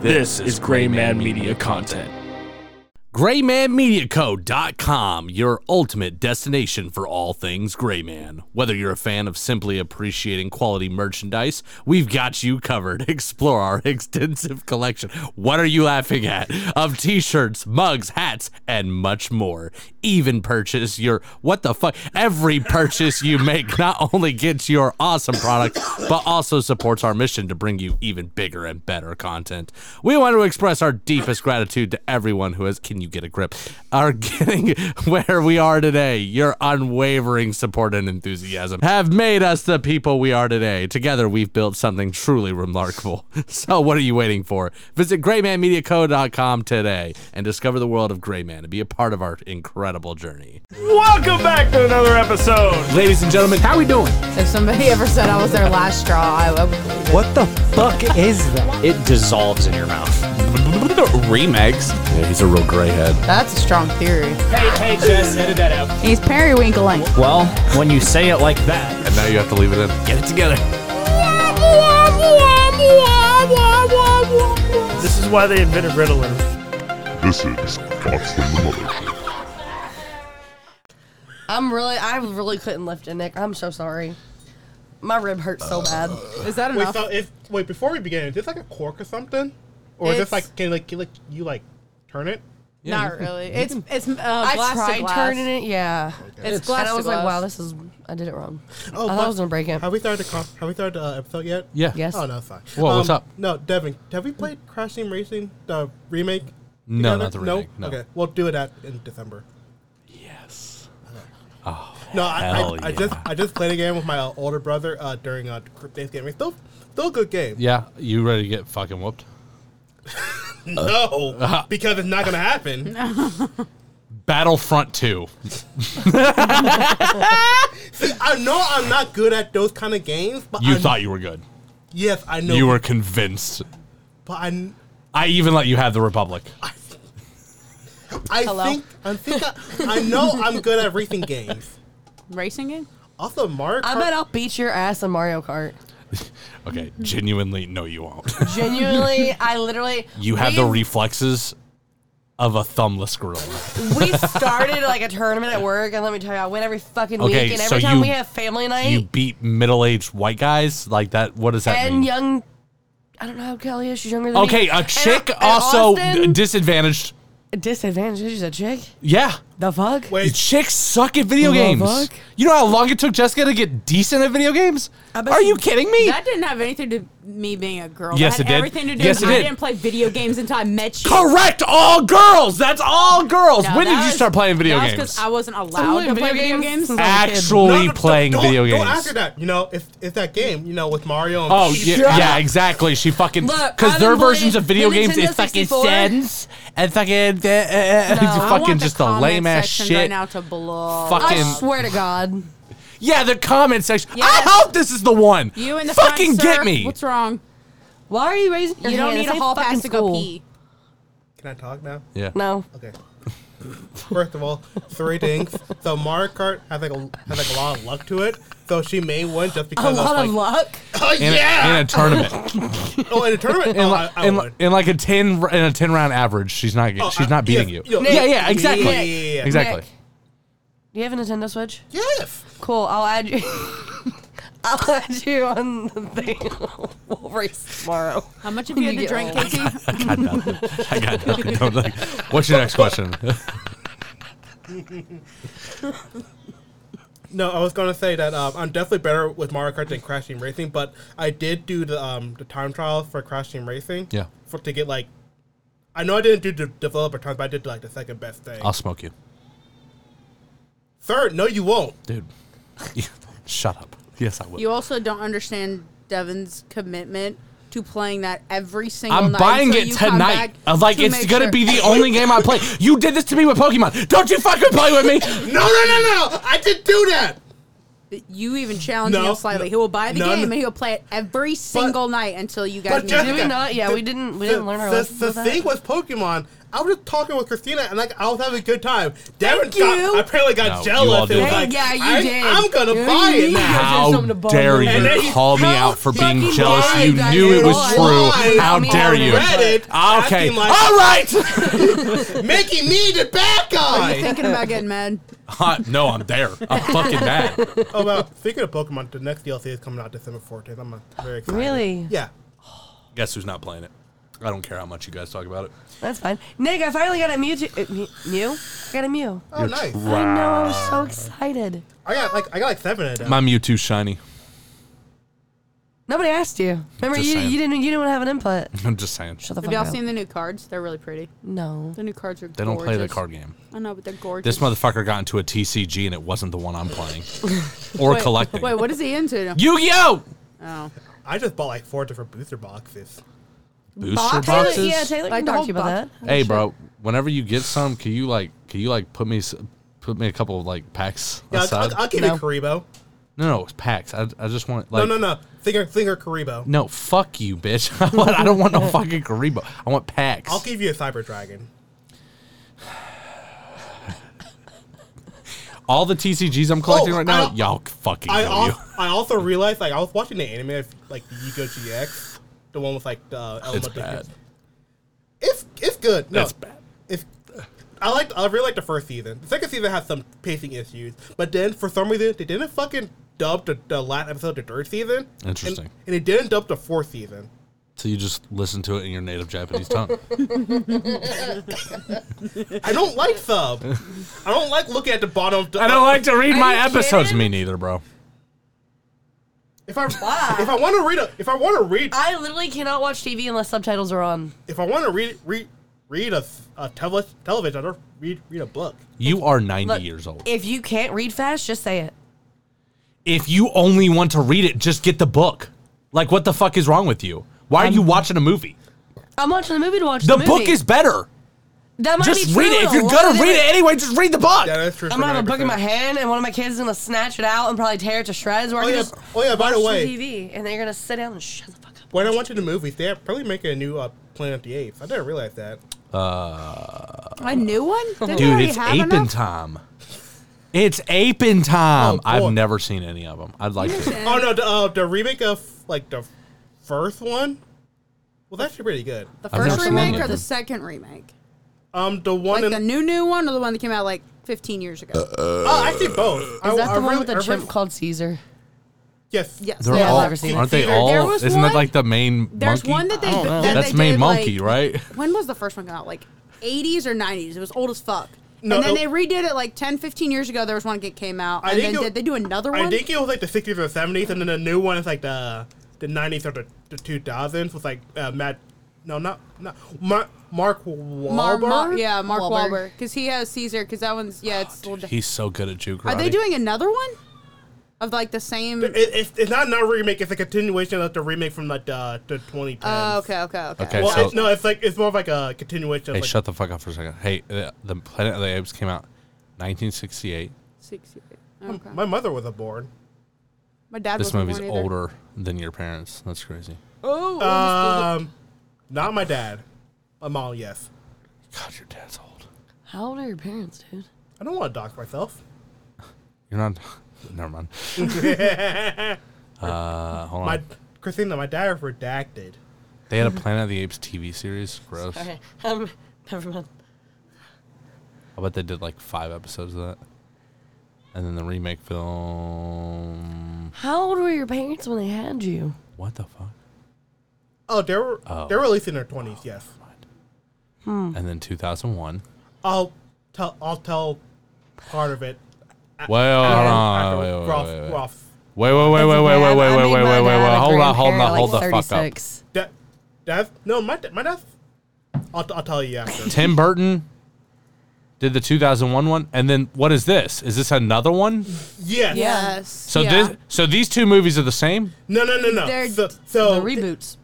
This is Gray Man Media content. GraymanMediaCo.com, your ultimate destination for all things Grayman. Whether you're a fan of simply appreciating quality merchandise, we've got you covered. Explore our extensive collection. What are you laughing at? Of t shirts, mugs, hats, and much more. Even purchase your what the fuck? Every purchase you make not only gets your awesome product, but also supports our mission to bring you even bigger and better content. We want to express our deepest gratitude to everyone who has, can you get a grip, are getting where we are today. Your unwavering support and enthusiasm have made us the people we are today. Together, we've built something truly remarkable. So, what are you waiting for? Visit graymanmediaco.com today and discover the world of Grayman and be a part of our incredible journey. Welcome back to another episode. Ladies and gentlemen, how we doing? If somebody ever said I was their last straw, I would believe it. What the fuck is that? It dissolves in your mouth. Remix. Yeah, he's a real gray head. That's a strong theory. Hey, hey, Jess, edit that out. He's periwinkling. Well, when you say it like that, And now you have to leave it in. get it together. This is why they invented Ritalin. This is Thoughts from the Mothership. I'm really, I really couldn't lift it, Nick. I'm so sorry. My rib hurts so bad. Is that Wait, enough? so if wait before we begin, is this like a cork or something, or is It's- this like can like you like you like turn it? Not really. It's it's uh, I glass to tried glass. turning it, yeah. It's glass and I to was like, glass. wow, this is, I did it wrong. Oh, I thought I was gonna break it. Have we started the con- have we started the uh, episode yet? Yeah. Yes. Oh no, it's fine. Whoa, what's up? No, Devin, have we played Crash Team Racing the remake? No, together? not the remake, no. Okay, we'll do it at in December. Yes. Oh. No, I, hell I, I just I just played a game with my uh, older brother uh, during uh, Thanksgiving. Still, still a good game. Yeah, you ready to get fucking whooped? No, because it's not gonna happen. Battlefront 2. I know I'm not good at those kind of games, but You I, thought you were good. yes, I know You were convinced. But I, I even let you have the Republic. I Hello? think I think I, I know I'm good at racing games. Racing game? Also, Mario Kart. I bet I'll beat your ass in Mario Kart. Okay, genuinely, no, you won't. Genuinely, I literally. You have the we- reflexes of a thumbless gorilla. We started like a tournament at work, and let me tell you, I win every fucking Okay, week. And so every time you- we have family You night beat middle-aged white guys like that. What does that and mean? young, I don't know how Kelly is. She's younger than me. Okay, a And- chick and also Austin- disadvantaged. disadvantage. She's a chick. Yeah, The fuck? Wait, chicks suck at video games. fuck? You know how long it took Jessica to get decent at video games? bet Are she- you kidding me? That didn't have anything to me being a girl. Yes, that it had did. everything to do. Yes, with it I did. didn't play video games until I met you. Correct, all girls. That's all girls. No, when that did you was- start playing video that was games? I wasn't allowed to playing play video video games games. since I was Actually no, no, playing don't, video don't, games. Don't ask her that. You know, it's it's that game. You know, with Mario. And Oh Peach. yeah, yeah, exactly. She fucking Look, because I've their been versions playing of video the games it Nintendo fucking 64. sends and fucking uh, uh, No, I I fucking want just the the comment lame ass section shit. right now to blow. Fucking- I swear to God. yeah, the comment section. Yes. I hope this is the one. you in the fucking front, get sir. me. What's wrong? Why are you raising your You don't hand? need This a ain't hall pass fucking to go school. pee. Can I talk now? yeah. No. Okay. First of all, three things. So Mario Kart has like a has like a lot of luck to it. So she may win just because A lot like, of luck. Oh In, yeah! a, in a tournament, oh, in a tournament. in, oh, like, I, I in, would. like- in like a ten in a ten round average, she's not Oh, she's I- not beating yes, you. no, Yeah, yeah, exactly, Yeah, yeah, yeah. exactly. Nick. Do you have a Nintendo Switch? Yes. Cool. I'll add you. I'll add you on the thing. we'll race tomorrow. How much have you had to You get drink, old. Casey? I got nothing. I got nothing. Don't like- What's your next question? No, I was gonna say that um, I'm definitely better with Mario Kart than Crash Team Racing, but I did do the um, the time trial for Crash Team Racing. Yeah. For to get like, I know I didn't do the developer times, but I did like the second best thing. I'll smoke you, Third, no, you won't. dude. Shut up. Yes, I will. You also don't understand Devin's commitment to playing that every single I'm night. buying so it you come tonight. back I'm like, to it's make gonna sure- be the only game I play. You did this to me with Pokemon. Don't you fucking play with me. No, no, no, no! I did do that. You even challenging No, him slightly. no, he will buy the no, game no. and he'll play it every single night until you guys. But meet. Jessica, Did we not? Yeah, the- we didn't. We the- didn't learn our the, lessons. The with that. thing with Pokemon, I was just talking with Christina, and like I was having a good time. Devin Thank got, you. apparently got No, you all jealous. did. and was Hey, like, yeah, you I, did. I'm gonna Yeah, buy you it did. now. How something to bond dare with. And then you he- call me how out for being fucking jealous? lied You that knew you it was lied. true. Lied. How I mean, dare on you? Ah, Reddit, Okay. Oh! acting like- All right. Making me the bad Are Oh! you guy. thinking about getting mad? Huh, no, I'm there. I'm fucking mad. oh, well, speaking of Pokemon, the next DLC is coming out December 14th. I'm uh, very excited. Really? Yeah. Guess who's not playing it? I don't care how much you guys talk about it. That's fine. Nick, I finally got a Mewtwo. Uh, Mew? Mew? I got a Mew. Oh, nice. I know. I was so excited. I got like I got like seven of them. My Mewtwo's shiny. Nobody asked you. Remember, Just you, saying. you didn't you didn't have an input. I'm just saying. Shut the Have fuck y'all up. seen the new cards? They're really pretty. no. The new cards are They don't play the card game. I know, but they're gorgeous. This motherfucker got into a TCG and it wasn't the one I'm playing or wait, collecting. Wait, what is he into? Yu-Gi-Oh! Oh. I just bought like four different booster boxes. Booster Box? Taylor, boxes. yeah, Taylor Like can the talk whole to you about box. that. Hey, bro. Whenever you get some, can you like, can you like put me, s- put me a couple of like packs Yeah, I'll, aside? I'll, I'll give No. you Karibo. no, no, it's packs. I, I just want like, no, no, no. Finger, finger Karibo. no, fuck you, bitch. I want- I don't want no fucking Karibo. I want packs. I'll give you a Cyber Dragon. All the TCGs I'm collecting Oh, right now, I- y'all fucking I kill also, you. I also realized like I was watching the anime of like the Yu-Gi-Oh GX, the one with like the uh, It's elemental bad. kids. It's it's good. No, It's bad. It's I liked I really liked the first season. The second season had some pacing issues, but then for some reason they didn't fucking dub the, the last episode the third season. and- Interesting. And, they didn't dub the fourth season. So you just listen to it in your native Japanese tongue. I don't like sub. I don't like looking at the bottom. Of the, I don't like to read my you episodes. kidding? Me neither, bro. if I if I want to read a if I want to read I literally cannot watch TV unless subtitles are on. if I want to read read read a, a tele- television, I don't read read a book. You are 90 Look, years old. If you can't read fast, just say it. If you only want to read it, just get the book. Like, what the fuck is wrong with you? Why are Um, you watching a movie? I'm watching the movie to watch the, The book movie. is better. That might be Just true read it. in If a you're lot gonna of read different- it anyway, just read the book. Yeah, that's true. I'm for gonna have a 90%. book in my hand, and one of my kids is gonna snatch it out and probably tear it to shreds. Or I Oh can yeah, just oh yeah. By the watch way, TV, and they're gonna sit down and shut the fuck up. when I went to the movies, they're probably making a new uh, Planet of the Apes. I didn't realize that. A new one? Didn't they Dude, already it's have aping enough? time. It's aping time. Oh, boy. I've never seen any of them. I'd like to. Oh no, the, uh, the remake of like the first one was actually pretty good. The I've never first seen any remake of or the them. second remake? Um, the one Like in the new new one or the one that came out like 15 years Uh, ago? oh, actually both. Is Is that the one with the chimp called Caesar? Yes. yes. They're yeah. all, never seen it. aren't they There all? was Isn't one- that like the main? There's monkey? one that they that they That's main did, monkey, like- right? When was the first one come out? Like 80s or 90s? It was old as fuck. No, and then it- they redid it like 10, 15 years ago. There was one that came out. I and think then it- did they do another one? I think it was like the 60s or 70s, and then the new one is like the the 90s or the, the 2000s with like uh, Matt. No, not not Mar- Mark Wahlberg. Mar- Mar- yeah, Mark Wahlberg. Wahlberg. Because he has Caesar. Because that one's, yeah, it's. old. He's so good at juke karate. Are they doing another one? Of like the same. It, it's, it's not another remake. It's a continuation of the remake from like the the 2010s. Oh, okay, okay, okay. Okay. Well, so- it's, no, it's like it's more of like a continuation. Of Hey, like, shut the fuck up for a second. Hey, uh, the Planet of the Apes came out 1968. Six, okay. My mother was a born. My dad This wasn't movie's born either. older than your parents. That's crazy. Um, not my dad. My mom, yes. God, your dad's old. How old are your parents, dude? I don't want to dox myself. You're not. Never mind. uh, hold on. My Christina, my dad is redacted. They had a Planet of the Apes TV series. Gross. Okay, um, never mind. I bet they did like five episodes of that. And then the remake film. How old were your parents when they had you? What the fuck? Oh, they were they're at least in their twenties. Yes. Hmm. And then 2001. I'll tell. I'll tell part of it. Uh, Well, hold on. Oh, after Wait, wait, we're off- wait, wait. we're off. Wait, wait, wait, wait, wait, wait, wait, wait, wait, wait, wait, wait. Hold on, hold on, hold the like fuck up. 36. That that's no my da- my dad. I'll, I'll tell you after. Tim Burton did the 2001 one, and then what is this? Is this another one? yes. Yes. So yeah. this, so these two movies are the same. No no no no. They're- So, so The reboots.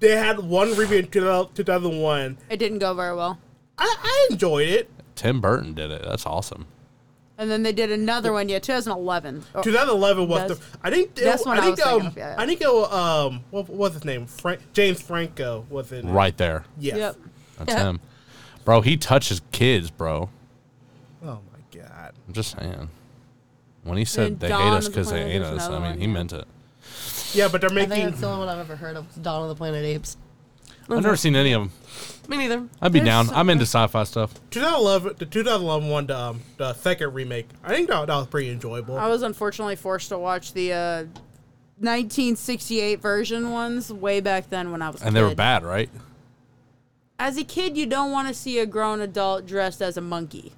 they had one review in 2000 2001. It didn't go very well. I, I enjoyed it. Tim Burton did it. That's awesome. And then they did another one, yeah, 2011. Oh, 2011 was That's- the. I think. it- that's what I I think. was thinking um, of, yeah, yeah. I think. It, was, um. What what was his name? Frank James Franco was in. it. Right there. Yes. Yep. That's Yeah. him. Bro, he touches kids, bro. Oh my god. I'm just saying. When he said And they Dawn hate of us the because they Planet hate is us, another I mean, one, he yeah. meant it. Yeah, but they're I think making. that's the only one I've ever heard of. It's Dawn of the Planet Apes. I've never seen any of them. Me neither. I'd be There's down. so I'm into sci-fi stuff. 2011, the 2011 one, the, um, the second remake. I think that, that was pretty enjoyable. I was unfortunately forced to watch the uh, 1968 version ones way back then when I was. a And they were kid. bad, right? As a kid, you don't want to see a grown adult dressed as a monkey.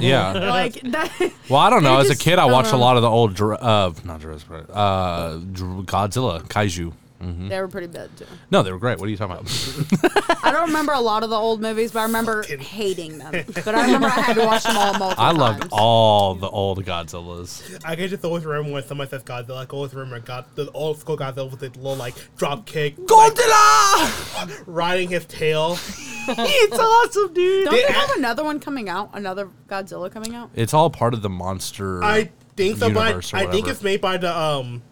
Yeah. Like that. Well, I don't know. They're As a just- kid, I I don't watched a know. lot of the old, Jura- uh, not Jurassic Park, uh, Dr- Godzilla, Kaiju. They were pretty bad too. No, they were great. What are you talking about? I don't remember a lot of the old movies, but I remember hating them. But I remember I had to watch them all multiple I times. loved all the old Godzillas. I can just always remember when someone says Godzilla, I can always remember God, the old school Godzilla with the little like drop kick, like, Godzilla! riding his tail. it's awesome, dude. Don't they They- have another one coming out? Another Godzilla coming out? It's all part of the monster. I think so, Universe but or I, I think whatever. it's made by the um,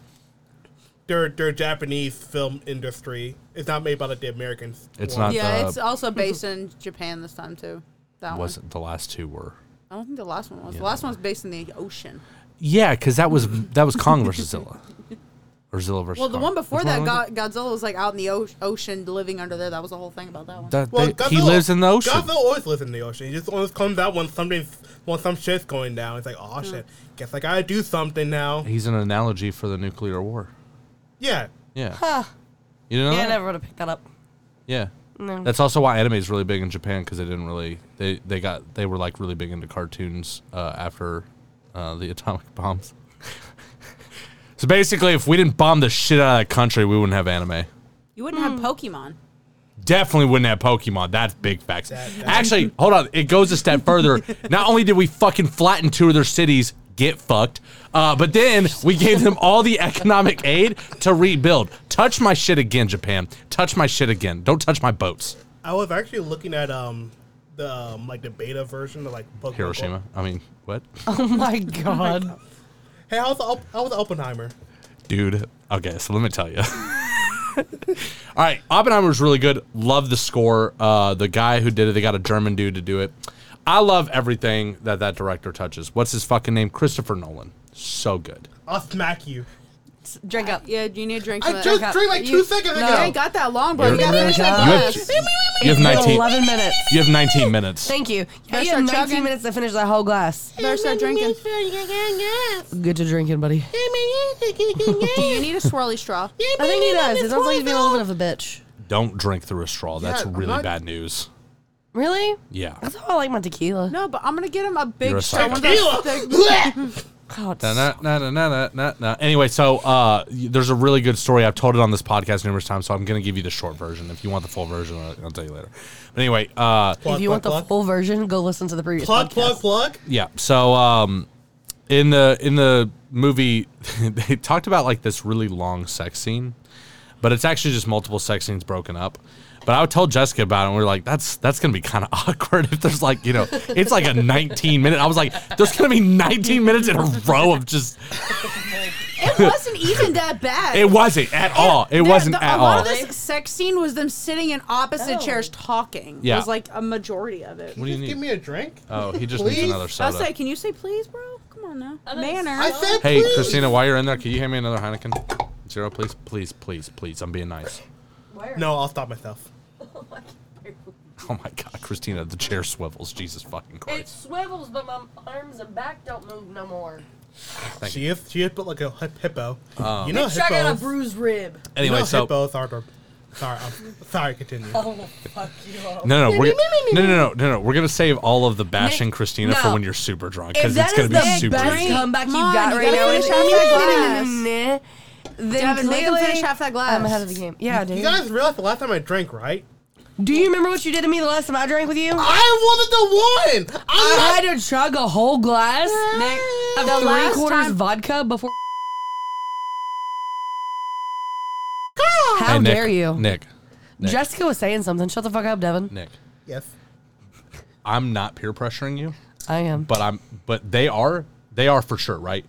their their Japanese film industry. It's not made by like, the Americans. It's one. not yeah, the. it's also based in Japan this time too. That one. wasn't the last two were. I don't think the last one was. the last one was based in the ocean. Yeah, because that was that was Kong versus Zilla, or Zilla versus. Well, the Kong. one before Which that, was it? Go- Godzilla was like out in the o- ocean, living under there. That was the whole thing about that one. That- Well, they- he lives in the ocean. Godzilla always lives in the ocean. He just always comes out when something, when some shit's going down. It's like, oh shit, guess I gotta do something now. He's an analogy for the nuclear war. Yeah, Yeah. You didn't know Yeah, I that? never would have picked that up. Yeah. That's also why anime is really big in Japan because they didn't really they they got they were like really big into cartoons uh, after uh, the atomic bombs. so basically, if we didn't bomb the shit out of that country, we wouldn't have anime. You wouldn't have Pokemon. Definitely wouldn't have Pokemon. That's big facts. Actually, hold on. It goes a step further. Not only did we fucking flatten two of their cities, get fucked, uh, but then we gave them all the economic aid to rebuild. Touch my shit again, Japan. Touch my shit again. Don't touch my boats. I was actually looking at um the um, like the beta version of like Pokemon. Hiroshima. I mean, what? Oh my god. Hey, how's the Op- how's the Oppenheimer? Dude. Okay, so let me tell you. All right, Oppenheimer's really good. Love the score. Uh, the guy who did it, they got a German dude to do it. I love everything that that director touches. What's his fucking name? Christopher Nolan. So good. I'll smack you. Drink up. Yeah, you need a drink. I for that. just drank like two seconds You ago. ain't got that long, bro. You You're- got to finish You that have- glass. You have 19. 11 minutes. You have 19 minutes. Thank you. You Better have start 19 chugging. minutes to finish that whole glass. Better start drinking. Good to drinking, buddy. Do you need a swirly straw? I think he does. It sounds like he's being a little bit of a bitch. Don't drink through a straw. That's Yeah, I'm really not- bad news. Really? Yeah. That's how I like my tequila. No, but I'm gonna get him a big You're a straw. one of psycho. those thick- Oh, it's- Na, na, na, na, na, na, na. Anyway, so uh, y- there's a really good story. I've told it on this podcast numerous times, so I'm going to give you the short version. If you want the full version, I'll, I'll tell you later. But anyway, uh, if you want the full version, go listen to the previous plug, podcast. plug, plug. yeah. So um, in the in the movie, they talked about like this really long sex scene, but it's actually just multiple sex scenes broken up. But I would tell Jessica about it, and we were like, "That's that's gonna be kind of awkward if there's like you know, it's like a 19 minute." I was like, "There's gonna be 19 minutes in a row of just." It wasn't even that bad. It wasn't at all. It There- wasn't the- at a lot all. of this sex scene was them sitting in opposite chairs talking. Yeah. was like a majority of it. What do you Give need? me a drink. Oh, he just Please? needs another I soda. was like, can you say please, bro? Come on now, I manners. said, hey, please. Christina, while you're in there, can you hand me another Heineken? Zero, please, please, please, please. I'm being nice. No, I'll stop myself. Oh my God, Christina, the chair swivels. Jesus fucking Christ. swivels, but my arms and back don't move no more. She is she is built like a hip- hippo. Um, you know hippos. bruised rib. you know Anyway, so hippos are. the- Sorry, I'm, sorry. Continue. Oh, fuck you all. no, no, we're, no, no, no, no, no. We're gonna save all of the bashing Christina for no. when you're super drunk If because it's that gonna is be the super. best easy. comeback you Come on, got you right gotta now, finish it's- half that then Devin, make him clearly finish half that glass. I'm ahead of the game. Yeah, dude. You guys realize the last time I drank, right? Do you remember what you did to me the last time I drank with you? I wasn't the one. I'm not- I had to chug a whole glass of The three last quarters time- vodka before. How Hey, Nick, dare you? Nick? Nick, Jessica was saying something. Shut the fuck up, Devin. Nick, Yes. I'm not peer pressuring you. I am. but I'm but they are they are for sure, right?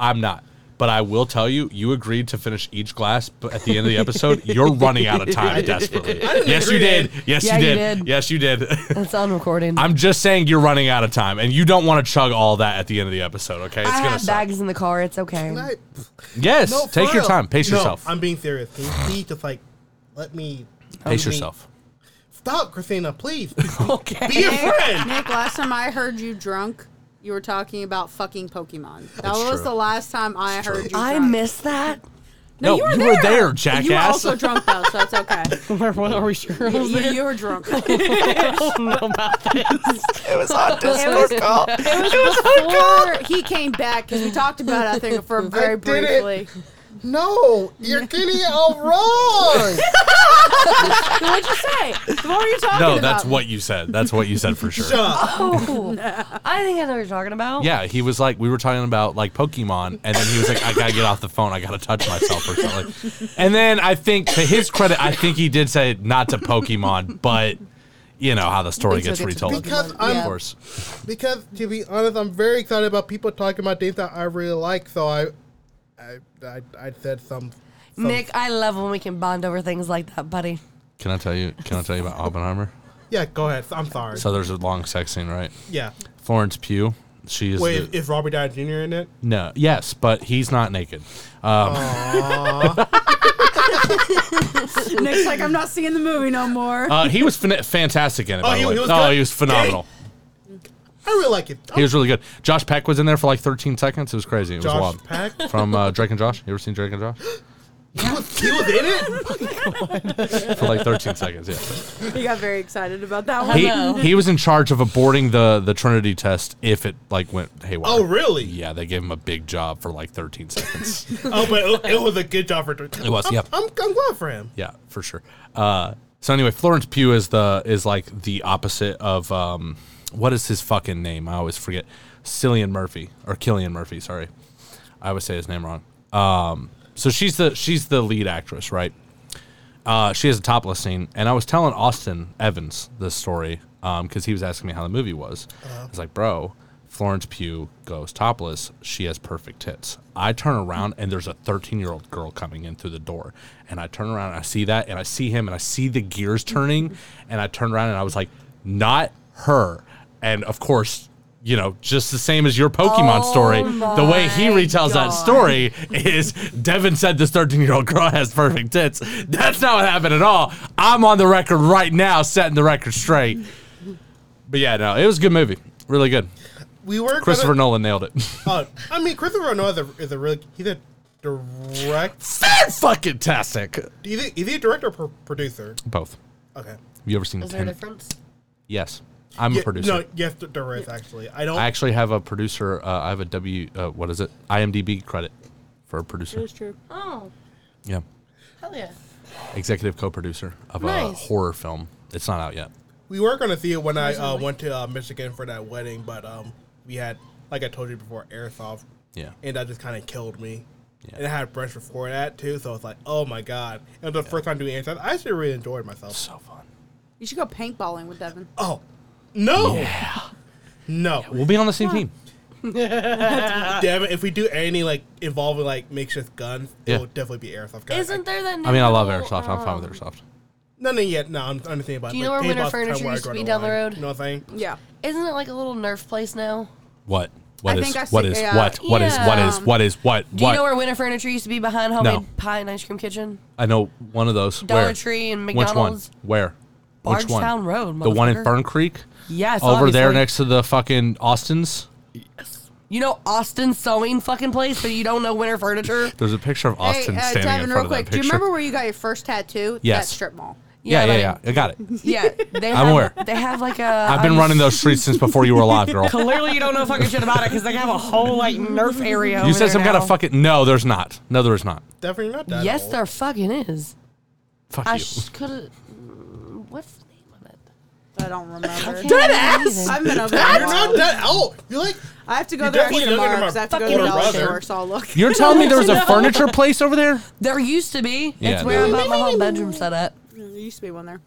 I'm not. But I will tell you, you agreed to finish each glass, but at the end of the episode, you're running out of time desperately. Yes, you agree. did. Yes, Yeah, you you did. did. Yes, you did. That's on recording. I'm just saying you're running out of time, and you don't want to chug all that at the end of the episode. Okay, it's I gonna have suck. bags in the car. It's okay. I- Yes, No, for take your real. time. Pace No, yourself. I'm being serious. Can you please just like let me Pace let me- yourself. Stop, Christina, please. Okay. Be a Nick, friend. Nick, last time I heard you drunk, you were talking about fucking Pokemon. That It's was true. the last time I heard you. I drunk. missed that. No, you were there, You were jackass. also drunk though, so that's okay. Where, what are we sure? you, you were drunk. Oh It was on Discord call. Before he came back, because we talked about it, I think, for very did it. briefly. No, you're getting it all wrong. What'd you say? What were you talking about? No, that's what you said. That's what you said for sure. Shut up. Oh, I think I know what you're talking about. Yeah, he was like, we were talking about like Pokemon, and then he was like, I gotta get off the phone. I gotta touch myself or something. And then I think, to his credit, I think he did say not to Pokemon, but you know how the story Because gets it's retold. Because of I'm course. because to be honest, I'm very excited about people talking about things that I really like. So I, I, I, I said some. some Nick, I love when we can bond over things like that, buddy. Can I tell you? Can I tell you about Oppenheimer? Yeah, go ahead. I'm sorry. So there's a long sex scene, right? yeah. Florence Pugh. She is Wait, the- is Robert Downey Jr. in it? no, yes, but he's not naked. Nick's like, I'm not seeing the movie no more. Uh, he was fan- fantastic in it. Oh, by he- the way. he was oh, good? he was phenomenal. I really like it. He was really good. Josh Peck was in there for like 13 seconds. It was crazy. It was Josh wild. Peck? From uh, Drake and Josh. You ever seen Drake and Josh? He was, he was in it. For like 13 seconds, yeah. He got very excited about that one. uh, He, he was in charge of aborting the, the Trinity test if it like went haywire. Oh, really? Yeah, they gave him a big job for like 13 seconds. Oh, but it, it was a good job for. It was, I'm, yeah. I'm, I'm glad for him. yeah, for sure. Uh, so anyway, Florence Pugh is the is like the opposite of um, what is his fucking name? I always forget. Cillian Murphy or Killian Murphy. Sorry, I always say his name wrong. Um, so she's the she's the lead actress, right? Uh, she has a topless scene, and I was telling Austin Evans this story because he was asking me how the movie was. Uh-huh. I was like, bro. Florence Pugh goes topless. She has perfect tits. I turn around and there's a 13 year old girl coming in through the door. And I turn around and I see that and I see him and I see the gears turning. And I turn around and I was like, not her. And of course, you know, just the same as your Pokemon Oh story, the way he my retells that God. story is Devin said this 13 year old girl has perfect tits. That's not what happened at all. I'm on the record right now, setting the record straight. But yeah, no, it was a good movie. Really good. We were Christopher gonna- Nolan nailed it. Oh, I mean, Christopher Nolan is a, is a really he's a direct. Fucking tastic. Is he, is he a director or pro- producer? Both. Okay. Have you ever seen Is there a Tenet? difference? Yes. I'm Yeah, a producer. No, oh. yes, th- there is actually. I don't. I actually have a producer. Uh, I have a W. Uh, what is it? IMDb credit for a producer. Oh, Yeah. hell yeah. Executive co producer of a Nice. horror film. It's not out yet. we were gonna see it when I uh, went to uh, Michigan for that wedding, but um, we had like I told you before, airsoft. Yeah. And that just kind of killed me. Yeah. And I had brunch before that too, so it's like, oh my god! It was the first time doing airsoft. I actually really enjoyed myself. So fun. You should go paintballing with Devin. Oh, no, no, We'll be on the same team. Devin. If we do any like involving like makeshift guns, Yeah. it'll definitely be airsoft. guns. Isn't there that? I mean, I love new little, airsoft. I'm fine with um, airsoft. No, no, yeah, no, I'm understanding about. Do you know where Winter Furniture used to be down the road? You know what I'm saying? Yeah. Isn't it like a little Nerf place now? What? What I is? think I What see- is? yeah. What? What is? What is? Yeah. What is? What? uh, Do you know What? where Winter Furniture used to be behind Homemade Pie and Ice Cream Kitchen? I know one of those. Dollar Where? Tree and McDonald's. Which one? Where? Which one? Bardstown Road, The one in motherfucker. Fern Creek. Yes, Over there obviously. next to the fucking Austin's. You know Austin Sewing fucking place, but you don't know Winter Furniture. There's a picture of Austin hey, uh, standing Devin, in real front of that quick, do picture. you remember where you got your first tattoo? Yes. That strip mall. yeah, yeah, buddy. yeah, I got it. Yeah, they have, aware. They have like a. I've been running those streets since before you were alive, girl. Clearly, you don't know fucking shit about it because they have a whole like Nerf area. You said some kind of fucking. No, there's not. No, there is not. Definitely not that. Yes, old. there fucking is. Fuck I you. sh- could. What's the name of it? I don't remember. Dead ass. I've been over You're there. a not while. that old. You like? I have to go there definitely actually tomorrow younger than because I have my to go to fucking Dollar brother. Store, so I'll look. You're telling me there was a furniture place over there? There used to be. Yeah, it's where I there- bought my whole bedroom set up. There used to be one there.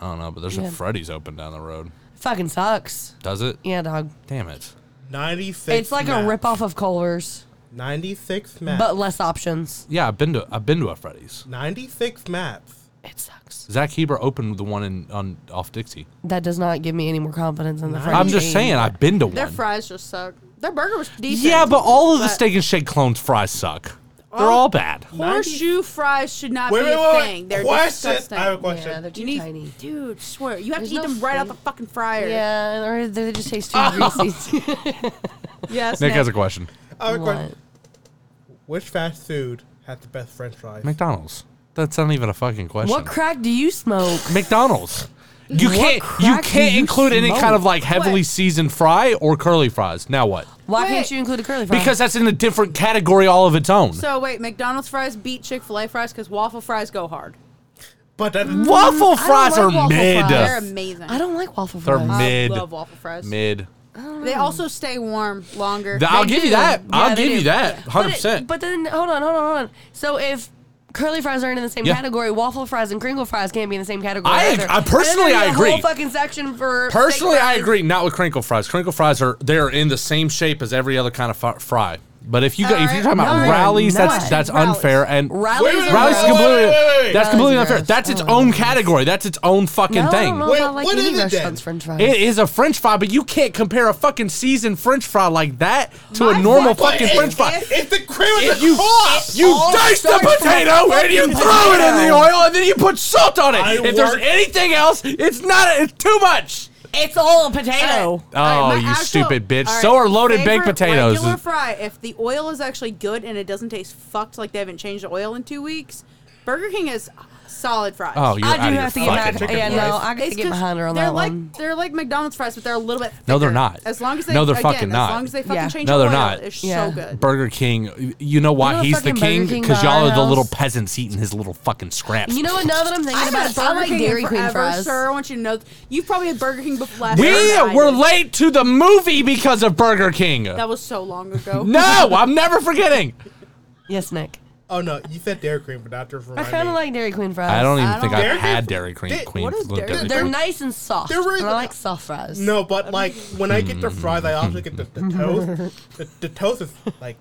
I don't know, but there's a Freddy's open down the road. Fucking sucks. Does it? Yeah, dog. Damn it. Ninety six. It's like a ripoff of Culver's. 96 maps. but less options. Yeah, I've been to I've been to a Freddy's. 96 maps. It sucks. Zach Heber opened the one in on off Dixie. That does not give me any more confidence in the French. I'm just saying I've been to Their one. fries just suck. Their burger was decent. yeah, but all of the but- Steak and Shake clones fries suck. They're all bad. horseshoe fries should not Wait, be wait, a wait, thing. wait. They're question. disgusting. I have a Yeah, question. they're you too need, tiny. dude, swear you have There's to eat no them right out the steak. fucking fryer. Yeah, or they just taste too greasy. Yes. Nick has a question. I have a What? question. Which fast food has the best french fries? McDonald's. That's not even a fucking question. What crack do you smoke? McDonald's. You What can't you crack do can't you include any smoke? kind of like heavily What? seasoned fry or curly fries. Now what? Why Wait. can't you include a curly fry? Because that's in a different category all of its own. So wait, McDonald's fries beat Chick Fil A fries because waffle fries go hard. But that, waffle fries like are waffle mid. fries. They're amazing. I don't like waffle They're fries. mid. I love waffle fries. Mid. They also stay warm longer. Th- I'll They give you do. that. Yeah, I'll they give do. you that. Yeah. Hundred But it- percent. But then hold on, hold on, hold on. So if curly fries aren't in the same Yeah. category, waffle fries and Kringle fries can't be in the same category. I either. ag- I And then personally, there'd be I a agree. Whole fucking section for steak Personally, I fries. agree. Not with crinkle fries. Crinkle fries are they're in the same shape as every other kind of fi- fry. But if you go, if you're talking about No, they're rallies, that's not. that's Rallies. unfair and Rallies Wait, wait, are rallies is gross. completely Wait, wait, wait, wait. that's completely Rallies are unfair. gross. That's its Oh, own category. That's its own fucking No, I thing. don't know Wait, if I like what any is it restaurant's then? French fries. It is a French fry, but you can't compare a fucking seasoned French fry like that to a normal fucking Wait, French fry. If, if the cream is If the you crop, you dice the starts from potato and you fucking throw it in the potato. oil and then you put salt on it. I if there's work- anything else, it's not. It's too much. It's all a potato. Oh, All right, my you actual- stupid bitch! all right, So are loaded baked favorite potatoes. Regular fry, if the oil is actually good and it doesn't taste fucked like they haven't changed the oil in two weeks, Burger King is solid fries. Oh, you're I out of do your have to get fucking back. Yeah, mind. no, I got to It's get 'cause behind her on they're that like, one. They're like McDonald's fries, but they're a little bit. Thicker. No, they're not. As long as they, No, they're again, fucking not. As long as they fucking Yeah. change No, the they're oil, not. It's Yeah. so good. Burger King, you know why You know he's the fucking king? Burger King Because y'all are the guys. little peasants eating his little fucking scraps. You know what? Now that I'm thinking about it, haven't I had like in Dairy Queen forever, fries. Sir, I want you to know you've probably had Burger King before last we year than I were did. late to the movie because of Burger King. That was so long ago. No, I'm never forgetting. Yes, Nick. Oh no, you said Dairy Cream, but not just I remind kind me. of like Dairy Queen fries. I don't even I think don't- I've Dairy Queen- had Dairy Queen. Dairy- Queen what is little Dairy- Dairy They're Queen. nice and soft. They're really- and I like soft fries. No, but like when I get the Mm. fries, I also get the, the toast. The, the toast is like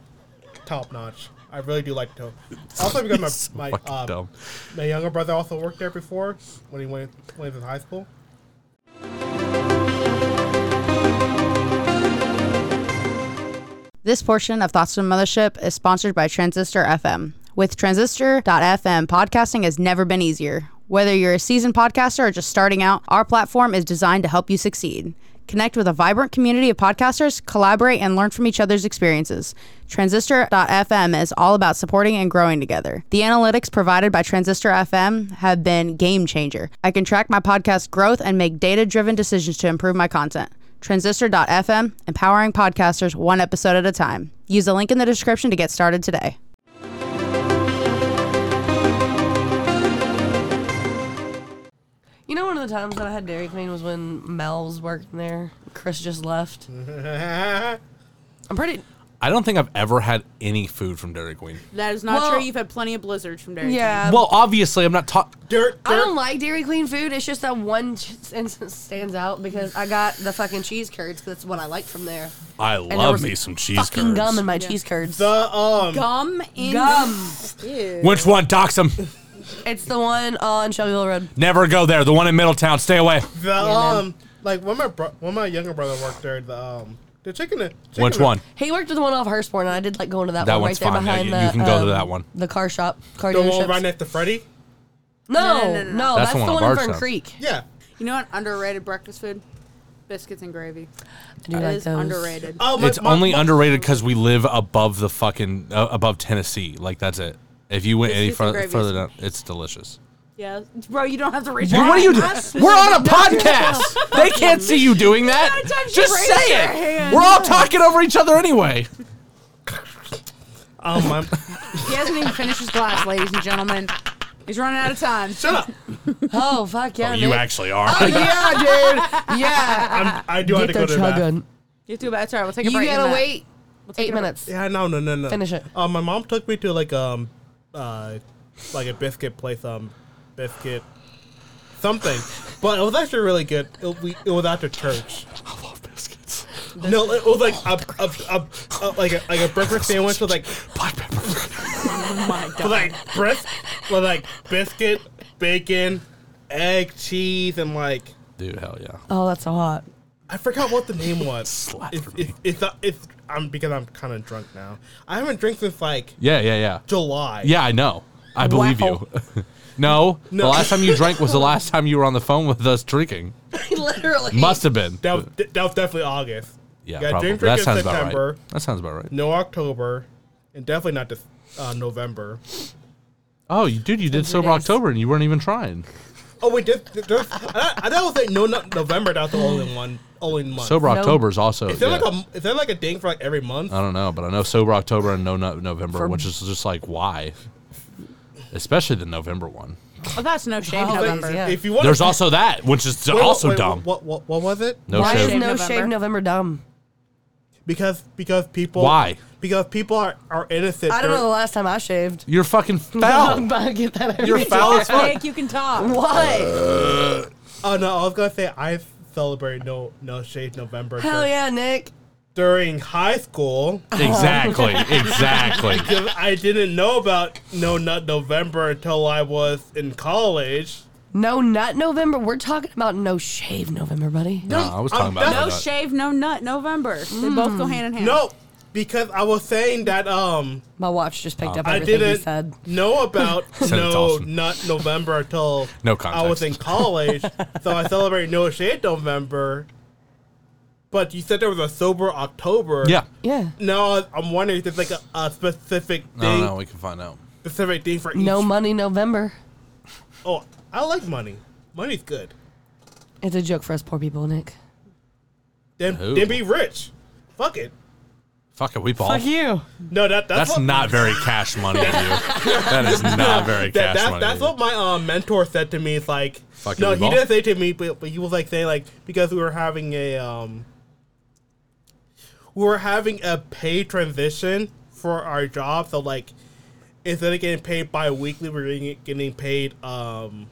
top notch. I really do like toast. Also because my my fucking uh, dumb. my younger brother also worked there before when he went when he was in high school. This portion of Thoughts from the Mothership is sponsored by Transistor FM. With Transistor.fm, podcasting has never been easier. Whether you're a seasoned podcaster or just starting out, our platform is designed to help you succeed. Connect with a vibrant community of podcasters, collaborate, and learn from each other's experiences. Transistor.fm is all about supporting and growing together. The analytics provided by Transistor FM have been game changer. I can track my podcast growth and make data driven decisions to improve my content. Transistor.fm, empowering podcasters one episode at a time. Use the link in the description to get started today. You know, one of the times that I had Dairy Queen was when Mel was working there. Chris just left. I'm pretty. I don't think I've ever had any food from Dairy Queen. That is not Well- true. You've had plenty of blizzards from Dairy Queen. Yeah. Well, obviously, I'm not talking. Dirt, I don't like Dairy Queen food. It's just that one ch- instance stands out because I got the fucking cheese curds. 'cause That's what I like from there. I there love was me some cheese Fucking curds. gum in my cheese curds. the um Gum in Gum. Ew. Which one? Dox 'em. It's the one on Shelbyville Road. Never go there. The one in Middletown. Stay away. the um like when my bro- when my younger brother worked there the um the chicken. chicken Which one? He worked with the one off Hurstbourne, and I did like going to that, That one one's right there fine. Yeah, behind you- the. you can go to um, that one. The car shop, car The dealerships. one right next to Freddy. no, No, no, no, no, no. that's, the one, in Bardstown. Fern Creek. Yeah. You know what? Underrated breakfast food? Biscuits and gravy. I do That like is those. underrated. Oh, my, It's my- only my- underrated because we live above the fucking uh, above Tennessee. Like that's it. If you went any Biscuits and further, gravy further is- down, it's delicious. Yeah. Bro, you don't have to reach Dude, out. what are you? I- Do- We're on a podcast. They can't see you doing that. Every time she Just raised say her it. hand. We're all talking over each other anyway. Oh my! He hasn't even finished his glass, ladies and gentlemen. He's running out of time. Shut up! Oh fuck yeah! You Nick. actually are. yeah, dude. Yeah. I'm, I do have to go to the bathroom. You have to go back. It's all right. We'll take a You break. in gotta that. wait eight minutes. Yeah, no, no, no, no. Finish it. Uh, my mom took me to like um, uh, like a biscuit place, um, biscuit something, but it was actually really good. It, we, it was after church. I love biscuits. No, it was like a, a, a uh, like a, like a breakfast sandwich with like Black pepper. Oh My God. with like breast with like biscuit, bacon, egg, cheese, and like Dude, hell yeah. Oh, that's so hot. I forgot what the name was. Slap It's for it's it's, uh, it's I'm because I'm kind of drunk now. I haven't drank since like Yeah, yeah, yeah. July. Yeah, I know. I believe Wow. you. no, the No. last time you drank was the last time you were on the phone with us drinking. Literally. Must have been. that was, that was definitely August. yeah, yeah, probably. drink That drink in sounds September. about right. That sounds about right. No October, and definitely not this, uh, November. Oh, you, dude, you did sober October and you weren't even trying. Oh wait, this, this, I, thought- I thought it was like no, not November. That was the only one, only month. Sober October is also. Is there yeah. Uh, like a is there like a ding for like every month? I don't know, but I know sober October and no no November, which is just like why, especially the November one. Oh, that's no shame, Oh, November. yeah. If you want, There's also that, which is also dumb. What, what what was it? No Why shave. is no November. shave November dumb? Because because people Why? Because people are are innocent. I don't know the They're- last time I shaved. You're fucking foul. about to get that out. You're foul as fuck. Nick, you can talk. Why? Oh no, I was gonna say I celebrate no no shave November. Hell dur- yeah, Nick. During high school, Exactly. Exactly. 'cause I didn't know about no nut November until I was in college. No, not November. We're talking about no shave November, buddy. No, I was talking I'm- about No that. shave, no nut, November. They Mm. both go hand in hand. No, because I was saying that um My watch just Oh. picked up I everything he didn't said. know about no awesome. nut November until No I was in context. college, so I celebrate no shade November. But you said there was a sober October. Yeah. Yeah. No, I'm wondering if there's like a, a specific No, thing, no, we can find out. specific thing for No each. money November. oh, I like money. Money's good. It's a joke for us poor people, Nick. Then Ooh. then be rich. Fuck it. Fuck it, we ball. you. No, that That's that's, what, not very cash money of you. That is not very that, cash that- money. that's of you. what my um, mentor said to me. It's like, Fucking no, he ball. didn't say to me, but, but he was like saying like because we were having a um, we were having a pay transition for our job. So like, instead of getting paid bi-weekly, we we're getting, getting paid um,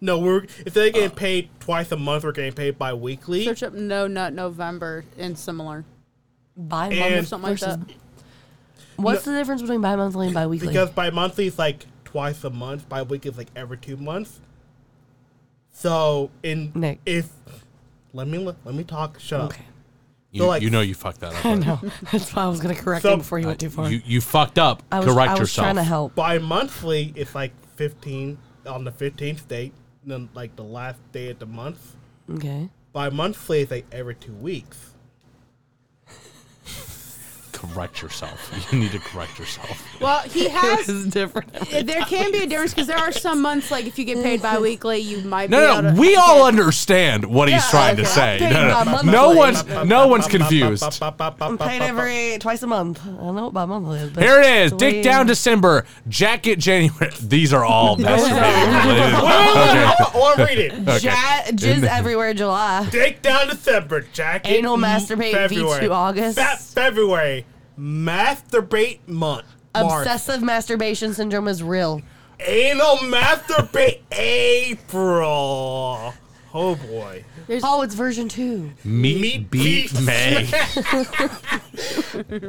no, we we're instead of getting Uh. paid twice a month, we we're getting paid bi-weekly. Search up no nut November and similar. Bi And- monthly Something like that. What's the difference between bi monthly and bi weekly? Because bi monthly is like twice a month, bi weekly is like every two months. So in Nick. if let me let me talk. Shut okay. you, so like- you know you fucked that up. I right? know. That's why I was going to correct So- him before you went too far. You, you fucked up. I was, Correct I was yourself. trying to help. up. Bi monthly is like fifteen on the fifteenth date, then like the last day of the month. Okay. Bi monthly is like every two weeks. Correct yourself. You need to correct yourself. Well, he has. is different. there can be a difference because there are some months like if you get paid bi-weekly, you might. be No, able no, to- we all understand what he's trying to okay. say. No, I'm no, paid by no monthly. one's no one's confused. I'm paid every twice a month. I don't know what bi monthly is. But Here it is. Three- Dick down December. Jacket January. These are all masturbating. okay. Or read it. Okay. Ja- jizz everywhere July. Take down December, Jack. Anal masturbate V2 August. Fe- February. Masturbate month. March. Obsessive masturbation syndrome is real. Anal masturbate April. Oh boy. Oh, it's version two. Meat beat May.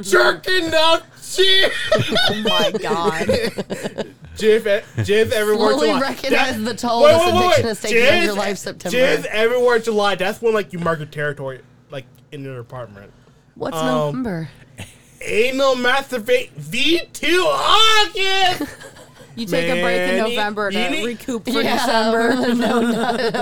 Jerking up shit. Oh my god! Jizz, jizz everywhere. Slowly July. recognize That- the toll Wait, this wait, wait, wait. addiction is taking on Jizz- your life, September. Jizz everywhere July. That's when like you mark your territory, like in your apartment. What's Um, November? Anal masturbate V2 August. You take a break in Man, you- November to you need- recoup for Yeah, December.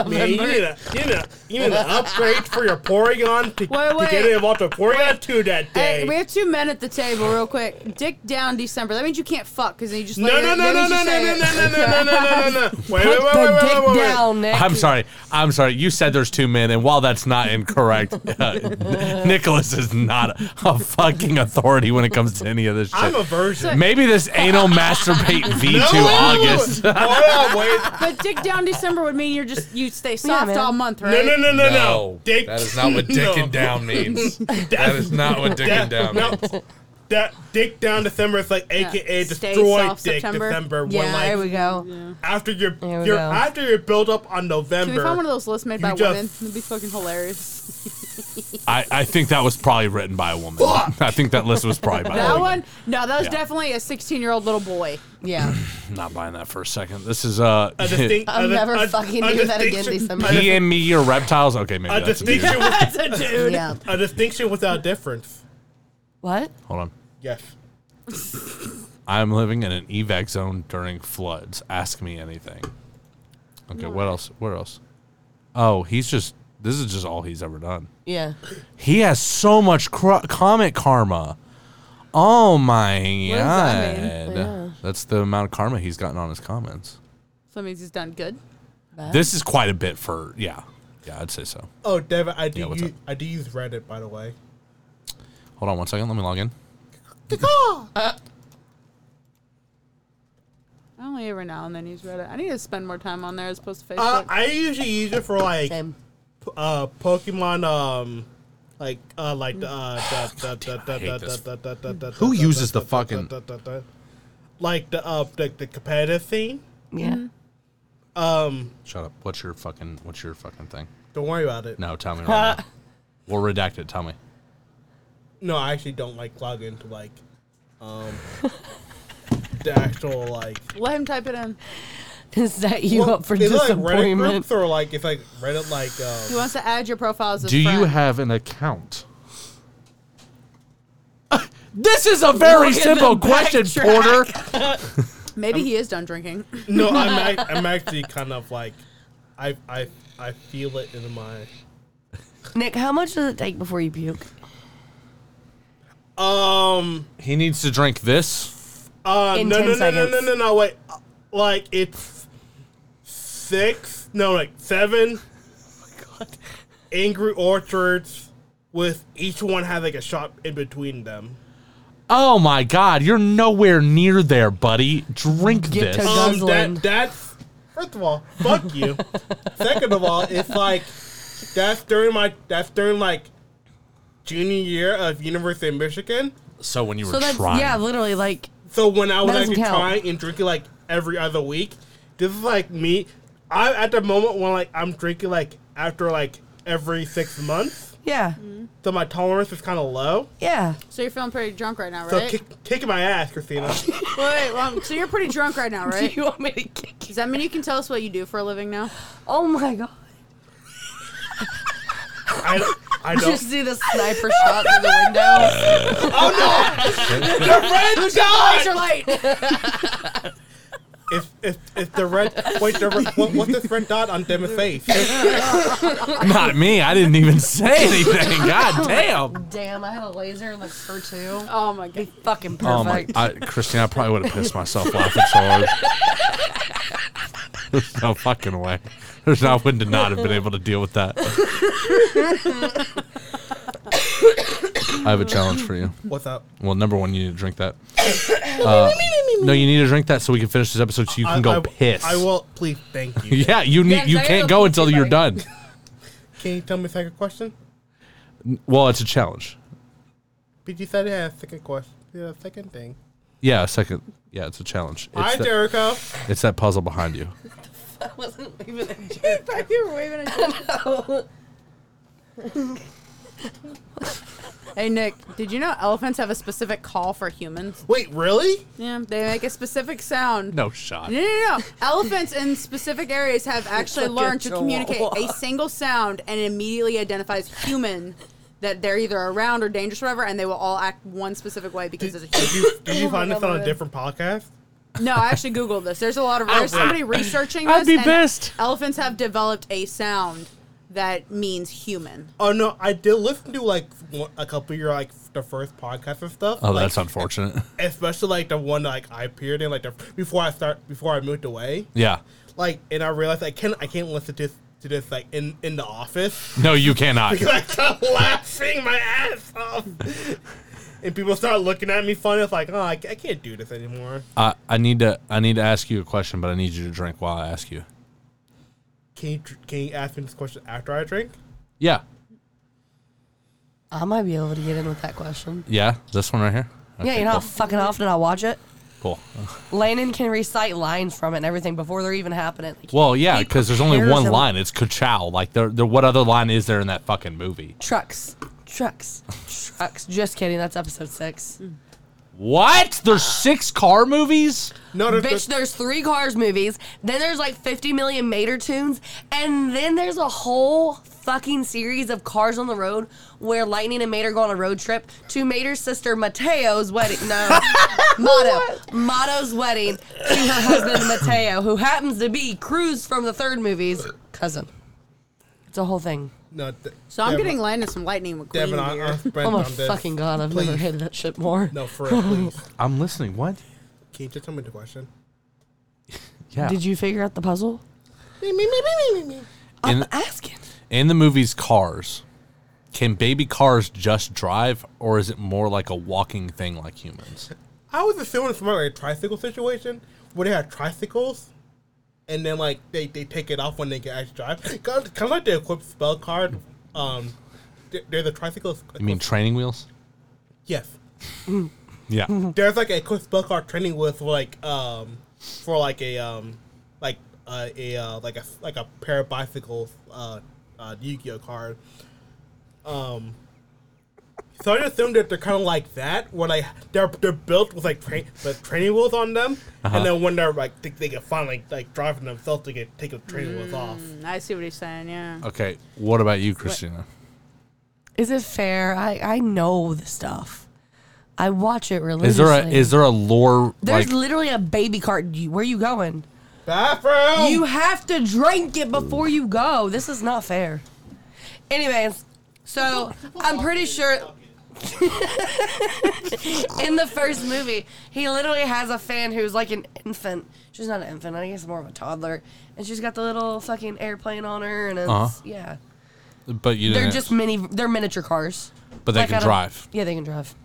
Man, you need a you need a you need an upgrade for your Porygon to, Wait, to get wait. it involved with Porygon 2 that day. Hey, we have two men at the table, real quick. Dick down December. That means you can't fuck because you just No, no, no, no, no, no, no, no, no, no, no, no, no, no. the Wait, wait, wait, wait, wait, dick wait, wait, wait. down, Nick. I'm sorry. I'm sorry. You said there's two men, and while that's not incorrect, uh, N- Nicholas is not a fucking authority when it comes to any of this I'm a shit. virgin. Maybe this anal masturbate No, V2 wait, wait, wait, August. wait. Hold on, wait. But dick down December would mean you're just you stay soft man. all month, right? No, no, no, no, no. Dick. no. down means. that is not what dick That, no. That dick down December is like AKA Stay destroy dick soft September. December. yeah, when like there we go. after your There we your go. after your build up on Can we find one of November. those lists made You by just- women? It'd be fucking hilarious. I, I think that was probably written by a woman. I think that list was probably Oh, by a That woman. one? No, that was Yeah. definitely a 16 year old little boy. Yeah. I'm not buying that for a second. This is uh, A distinct- I'll a- never a- fucking a do that again, distinction- December. a dis- he and me are reptiles. Okay, maybe A that's a dude. distinction, with, That's a dude. Yeah. a distinction without difference. What? Hold on. Yes. I'm living in an evac zone during floods. Ask me anything. Okay, what else? What else? Oh, he's just. This is just all he's ever done. Yeah. He has so much cr- comic karma. Oh my that god! That's the amount of karma he's gotten on his comments. So that means he's done good. This is quite a bit for yeah, yeah. I'd say so. Oh, Devin, I do Yeah, what's use, up? I do use Reddit by the way. Hold on one second. Let me log in. I only every now and then use Reddit. I need to spend more time on there as opposed to Uh, Facebook. I usually use it for like Same. p- uh Pokemon um like uh like the uh Oh, the- the- the- hate the- this. the- the- the- the- Who the- uses the the- fucking- the- the- the- like the uh the, the competitive thing? Yeah. Um Shut up. What's your fucking What's your fucking thing? don't worry about it. No, tell me. Right now. We'll redact it. Tell me. No, I actually don't like log into like um the actual like Let him type it in. Is that you Well, up for is it, like Reddit disappointment? groups or like it's like Reddit like He um, wants to add your profiles as Do friend. you have an account? this is a very simple question, Porter. Maybe he is done drinking. no I'm, ac- I'm actually kind of like I I I feel it in my Nick, how much does it take before you puke? um He needs to drink this. Uh, In no, 10 no, no, no, seconds. no, no, no, wait. Uh, Like, it's six, no, like seven Oh angry orchards with each one having like a shot in between them. Oh my God, you're nowhere near there, buddy. Drink this. to- Um, Guzzling. that, that's, first of all, fuck you. Second of all, it's like, that's during my, that's during like junior year of University of Michigan. so when you were So that's trying, yeah, literally like So when I was That doesn't actually count. trying and drinking like every other week, this is like me. I at the moment when like I'm drinking like after like every six months, yeah, so my tolerance is kind of low. yeah. So you're feeling pretty drunk right now, So right? kick, kicking my ass, Christina. wait, wait, well, so you're pretty drunk right now, right? Do you want me to kick? you? Does that mean you can tell us what you do for a living now? Oh my god! I don't. I don't. Just see the sniper shot through the window. red dot. Laser light. It's, it's, it's the red. Wait, the red, what, what's this red dot on Demon's face? not me. I didn't even say anything. God damn. Damn, I had a laser like her too. Oh my god. Fucking perfect. Oh my, I, Christine, I probably would have pissed myself laughing so hard. There's no fucking way. There's no, I would not have been able to deal with that. I have a challenge for you. What's up? Well, number one, you need to drink that. Uh, no, you need to drink that so we can finish this episode so you can I, go I, piss. I will. Please, thank you. Yeah, you need. Yeah, 'cause you I can't gotta go pee until too, you're buddy. done. Can you tell me a second question? Well, it's a challenge. But you said it had a second question. Yeah, second thing. Yeah, a second. Yeah, it's a challenge. It's, Hi, that, Jericho. it's that puzzle behind you. wasn't even a joke. you were waving Hey Nick, did you know elephants have a specific call for humans? Wait, really? Yeah, they make a specific sound. No shot. No, no, no. Elephants in specific areas have actually like a learned to communicate a chihuahua. single sound and immediately identifies human that they're either around or dangerous or whatever, and they will all act one specific way because it's a human. Did you, did you find this on a different podcast? No, I actually googled this. There's a lot of there's somebody researching this. I'd be and pissed. Elephants have developed a sound that means human. Oh no, I did listen to like one- a couple of your like the first podcast and stuff. Oh, like, that's unfortunate. especially like the one like I appeared in like the, before I start before I moved away. Yeah. Like, and I realized I can I can't listen to to this like in in the office. No, you cannot. I start laughing my ass off, and people start looking at me funny. It's like, oh, I, I can't do this anymore. I, I need to. I need to ask you a question, but I need you to drink while I ask you. Can you dr- can you ask me this question after I drink? Yeah. I might be able to get in with that question. Yeah. This one right here. yeah, you know how fucking often I watch it. Cool. Landon can recite lines from it and everything before they're even happening. Like, Well, yeah, he because there's only prepares one them- line. It's ka-chow. Like, there, there, what other line is there in that fucking movie? Trucks, trucks, trucks. Just kidding. That's episode six. What? There's six car movies? No, there's, Bitch, there's, there's three Cars movies. Then there's like 50 million Mater tunes, and then there's a whole fucking series of Cars on the Road where Lightning and Mater go on a road trip to Mater's sister Mateo's wedding. No, Mato, Mato's wedding to her husband Mateo, who happens to be Cruz from the third movie's cousin. It's a whole thing. no. th- So I'm Devin- getting Landon some lightning McQueen Devin, I, beer. I'm spent oh my on this. fucking god! I've never Please. hated that shit more. No, for real, please. I'm listening. What? Can you just tell me the question? Yeah. Did you figure out the puzzle? Me, me, me, me, me, me, me. in, I'm asking. in the movies Cars, can baby cars just drive, or is it more like a walking thing like humans? I was assuming it's more like a tricycle situation where they have tricycles and then like they, they take it off when they get actually drive. Kind of, kind of like the equipped spell card. Um, there- there's a tricycle. You mean training wheels? yes. Yeah. There's like a equipped spell card training with like um for like a um like uh, a uh, like a like a pair of bicycles uh, uh Yu-Gi-Oh card. Um. So I just assume that they're kind of like that, where like they're they're built with like train with training wheels on them, and then when they're like they, they can finally like drive for themselves to get take the training wheels off. I see what he's saying. Yeah. Okay. What about you, Christina? Is it fair? I, I know the stuff. I watch it religiously. Is there a is there a lore There's like literally a baby cart. You- Where you going? Bathroom. You have to drink it before you go. This is not fair. Anyways, so I'm pretty sure in the first movie, he literally has a fan who's like an infant. She's not an infant, I guess more of a toddler. And she's got the little fucking airplane on her and it's Uh-huh. yeah. but you They're didn't, just mini they're miniature cars. but they Like, I can don't- drive. Yeah, they can drive.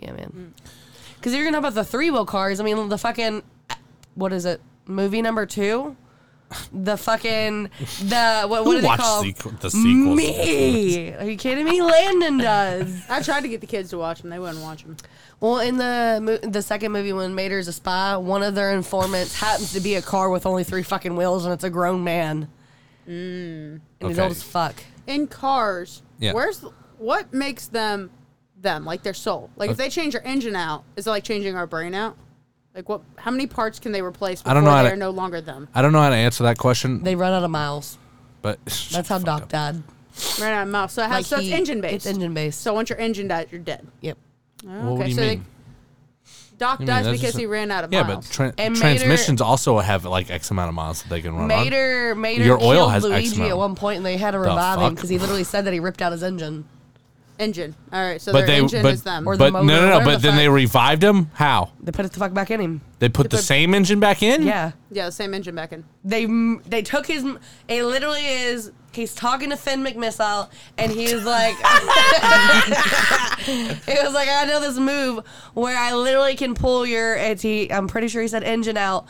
Yeah, man. Because you're gonna talk about the three wheel cars. I mean, the fucking what is it? Movie number two. The fucking the what, what Who are they watched called? sequ- the sequels? Me? Are you kidding me? Landon does. I tried to get the kids to watch them. They wouldn't watch them. Well, in the mo- the second movie, when Mater's a spy, one of their informants happens to be a car with only three fucking wheels, and it's a grown man, mm. and he's Okay. old as fuck. In cars, Yeah. where's what makes them them like their soul? Like Uh, if they change our engine out, is it like changing our brain out? Like what? How many parts can they replace before I don't know how they to- are no longer them? I don't know how to answer that question, They run out of miles. but That's how Doc died. Right out of mouth. So it has, Like so it's he- engine based. It's engine based. So once your engine dies, you're dead. yep. Well, what do you so they- mean? Doc You mean dies that's because just a- he ran out of Yeah, miles. but tra- And transmissions also have like X amount of miles that they can run on. Mater, Mater Uh-huh. Your killed oil has X Luigi amount. at one point, and they had to revive him fuck? because he literally said that he ripped out his engine. engine. All right. So But their they, engine but, is them. Or but the no, motor, no, no. whatever But the then they fuck. revived him. How? They put it the fuck back in him. They put the put- same engine back in? Yeah, yeah, the same engine back in. they they took his. It literally is. He's talking to Finn McMissile, and he's like, "It was like I know this move where I literally can pull your." It's he. I'm pretty sure he said engine out,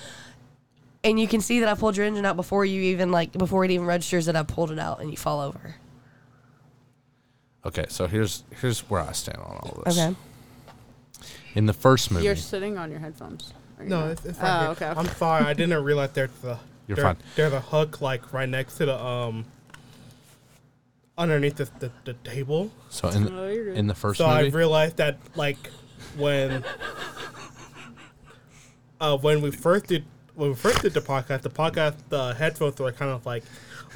and you can see that I pulled your engine out before you even like before it even registers that I pulled it out, and you fall over. Okay, so here's here's where I stand on all this. Okay. In the first movie, You're you're, sitting on your headphones. Are you No, not? it's, it's oh, right okay. here. okay. I'm sorry, I didn't realize there's the You're there- fine. There's a hook like right next to the um underneath the the, the table. so in Oh, you're good. in the first So I movie, realized that like when uh when we first did when we first did the podcast, the podcast the headphones were kind of like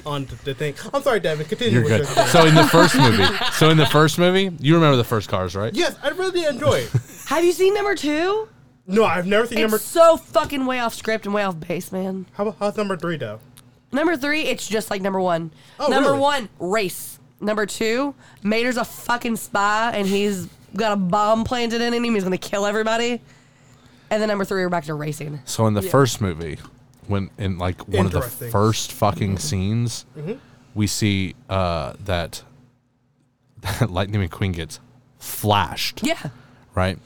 on the, the thing. I'm sorry, Devin. Continue. you're with good. your thing. So in the first movie, so in the first movie, you remember the first Cars, right? Yes, I really enjoy it. Have you seen number two? No, I've never seen number. It's so fucking way off script and way off base, man. How about how's number three though? Number three, it's just like number one. Oh, number really? one, race. Number two, Mater's a fucking spy and he's got a bomb planted in him. He's gonna kill everybody. And then number three, we're back to racing. So in the first movie, when in like one of the Interesting. Mm-hmm. first fucking scenes, we see uh, that that Lightning McQueen gets flashed, Yeah. right,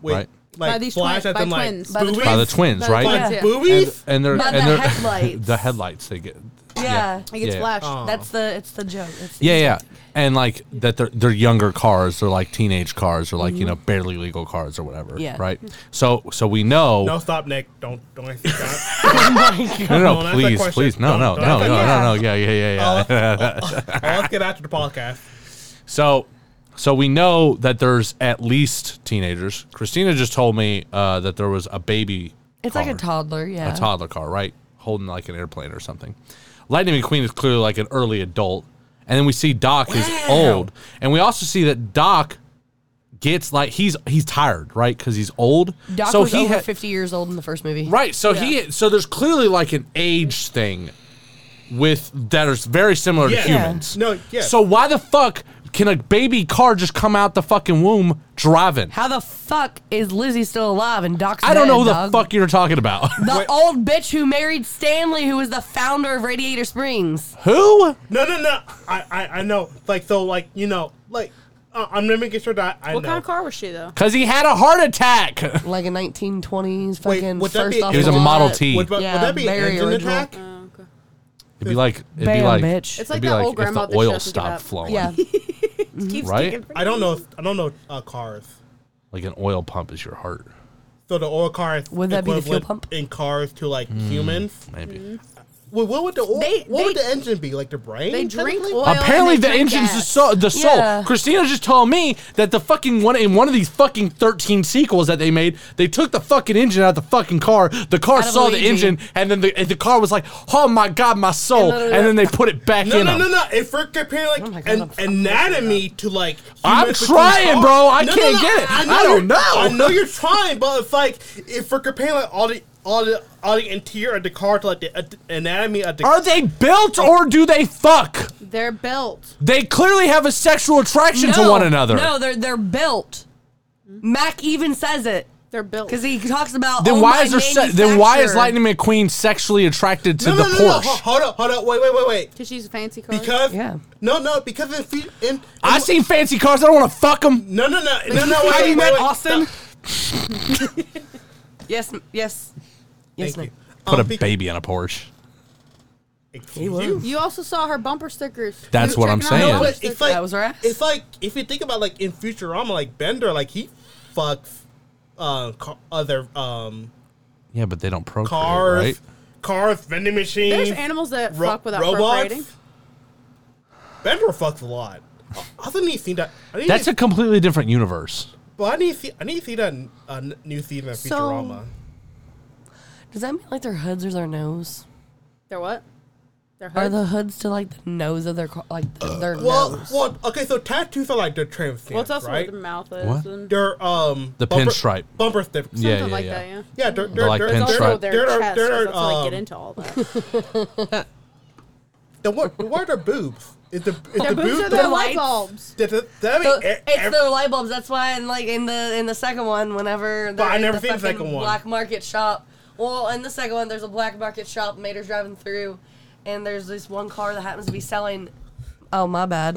Wait, Right. like By these Flash twi- at by them like twins. By the boobies? by the twins, By the right? twins, Like Yeah. boobies? And they're By and the they're headlights. the headlights they get. Yeah. Like it's Yeah. flash. Oh. That's the it's the joke. It's the Yeah, yeah, and like that they're they're younger cars, they're like teenage cars, or like you know barely legal cars or whatever. Mm-hmm. Yeah. Right. So so we know. No, stop, Nick. Don't don't answer that. no, Don't no, ask that please, question. please, no, Don't- no, don't no, ask no, that no, no, yeah, yeah, yeah, yeah. I'll, I'll- I'll ask it after the podcast. So, so we know that there's at least teenagers. Christina just told me uh, that there was a baby. It's like a car, toddler, yeah. a toddler car, right? Holding like an airplane or something. Lightning McQueen is clearly like an early adult, and then we see Doc is old, and we also see that Doc gets like he's he's tired, right? Because he's old. Doc so was he over had- 50 years old in the first movie. Right. So he so there's clearly like an age thing with that is very similar Yeah. to humans. No, yeah. So why the fuck can a baby car just come out the fucking womb driving? How the fuck is Lizzie still alive and Doc's I don't dead, know who the dog? fuck you're talking about. The old bitch who married Stanley, who was the founder of Radiator Springs. who? No, no, no. I, I, I know. Like, so, like, you know, like, uh, I'm gonna make sure that I What know. kind of car was she though? Cause he had a heart attack. It Like a 1920s Wait, fucking would that first be- off It was a the Model lot. T. Would, It'd would Yeah, that be an very engine original. attack? Oh, okay. be like it'd be Bam, like bitch. It's it'd like be that like old grandma if that the oil doesn't give stopped up. flowing. Yeah. Mm-hmm. Keeps Right? taking from- I don't know. I don't know uh, cars. Like an oil pump is your heart, So the oil car is Would that be the fuel equivalent pump? in cars to like humans? maybe. Mm-hmm. Well, what would the oil, They- what would they- the engine be like? The brain? They drink technically? oil. Apparently, and they the drink engine's the gas. soul. The soul. Yeah. Christina just told me that the fucking one in one of these fucking thirteen sequels that they made, they took the fucking engine out of the fucking car. The car Out of saw the Luigi. engine, and then the and the car was like, "Oh my god, my soul!" And then- And then they put it back No, in. no, them. no, no. If we're comparing like Oh my God, an I'm fucking anatomy to like, I'm humans trying, between bro. cars- I can't get it. I don't you're- know. I know you're trying, but it's like if we're comparing like all the all the all the interior of the car to like the uh, anatomy of the Are they built or do they fuck? They're built. They clearly have a sexual attraction to one another. No, they're they're built. Mac even says it They're built. because he talks about. Then oh, why my is there se- then why is manufacturer. Lightning McQueen sexually attracted to no, the no, no, no, Porsche? Ho- Hold up, hold up. Wait, wait, wait, wait. Because she's a fancy car. Because Yeah. no, no, because in, fe- in, in I seen fancy cars. I don't want to fuck them. no, no, no, no, no. Wait, Have you wait, met wait, Austin? Stop. Yes, m- yes, yes. Thank you. Nick. Put a Um, be- baby on a Porsche. Excuse you? You also saw her bumper stickers. That's You what were I'm checking out saying. her No, bumper but stickers. it's like That was her ass. It's like if you think about like in Futurama, like Bender, like he fucks uh, car- other um, Yeah, but they don't procreate, cars, right? cars, vending machines. There's animals that ro- fuck without procreating. Bender fucks a lot. I- I also need to see that. I need That's to, a completely different universe. But I need to see. I need to see that uh, n- new season of So- Futurama. Does that mean like their hoods or their nose? They're what? They're Are hoods. the hoods to like the nose of their car, like th- their Well, nose? well, okay. So tattoos are like the tramp well, it's stamps, also right? what the mouth is. What? And They're um The bumper, pinstripe. bumper stickers. Yeah, something yeah, like yeah. that, yeah. Yeah, they're, they're, like they're, It's pinstripe. also they're, their they're, chest. 'cause they're, that's how they um, get into all that. The what? The what are boobs? Is the is Their boobs the boob are the- their the light lights. bulbs. Did the- did I mean So e- ev- it's the light bulbs. That's why, in like in the in the second one, whenever But I they're in never the seen the fucking second one. black market shop. Well, in the second one, there's a black market shop. Mater's driving through, and there's this one car that happens to be selling. Oh my bad.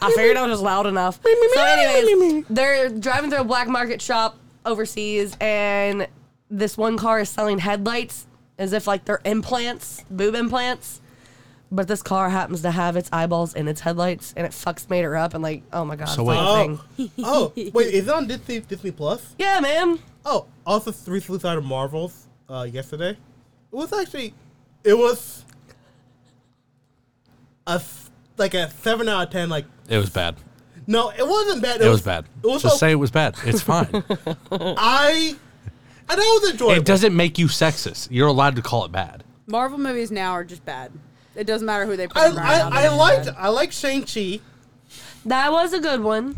I figured I was just loud enough. so, anyways, they're driving through a black market shop overseas, and this one car is selling headlights as if like they're implants, boob implants. But this car happens to have its eyeballs in its headlights, and it fucks Mater up, and like, oh my god, So it's the wait. whole thing. oh, oh wait, is it on Disney Disney Plus? Yeah, man. Oh, also three sleuths out of Marvels uh, yesterday. It was actually, it was a s- like a seven out of ten. Like It was bad. no, it wasn't bad. It, was, bad. It was Just o- say it was bad. It's fine. I, I know it was enjoyable. it doesn't make you sexist. You're allowed to call it bad. Marvel movies now are just bad. It doesn't matter who they put I them right now, I, I they're liked bad. I liked Shang Chi. That was a good one.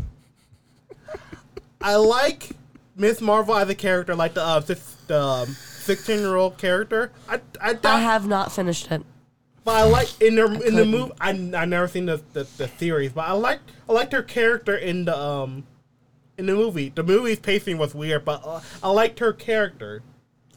I like Miss Marvel as a character, like the uh, six, the um, sixteen year old character. I I, don't- I have not finished it. but I like in the in the couldn't. movie. I I never seen the, the the series, but I like I liked her character in the um in the movie. The movie's pacing was weird, but uh, I liked her character.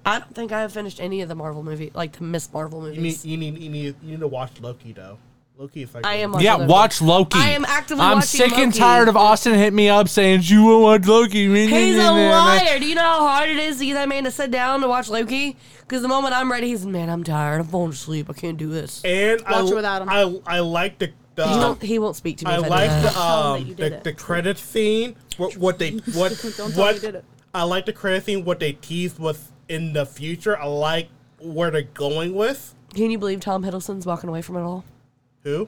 I don't think I have finished any of the Marvel movie, like the Miss Marvel You need movies. you need you need you need to watch Loki though. Loki if I, I am. Yeah, watching watch Loki. I am actively I'm watching sick and Loki. tired of Austin hitting me up saying you won't watch Loki. He's a liar. Do you know how hard it is to get that man to sit down to watch Loki? Because the moment I'm ready, he's man. I'm tired. I'm falling asleep. I can't do this. and I, Watch it without him. I I like the, the he, don't, he won't speak to me. uh, I if like I do that. the um you did the, it. the credit scene. What what they what Don't tell me you what did it. I like the credit scene. What they teased with in the future. I like where they're going with Can you believe Tom Hiddleston's walking away from it all? who.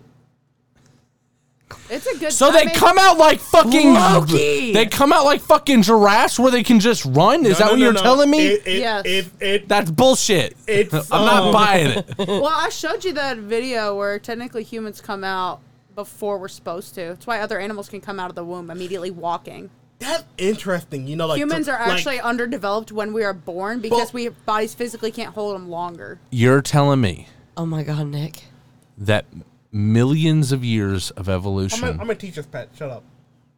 It's a good. So I they mean, come out like fucking Loki! They come out like fucking giraffes where they can just run. Is that No, no, what no, you're no. telling me? It, it, Yes. It, it, That's bullshit. It's, I'm not um, buying it. Well, I showed you that video where technically humans come out before we're supposed to. It's why other animals can come out of the womb immediately walking. that's interesting. You know, like Humans to- are like- actually underdeveloped when we are born because Well- we bodies physically can't hold them longer. You're telling me Oh my God, Nick. that millions of years of I'm evolution a, I'm a teacher's pet. Shut up.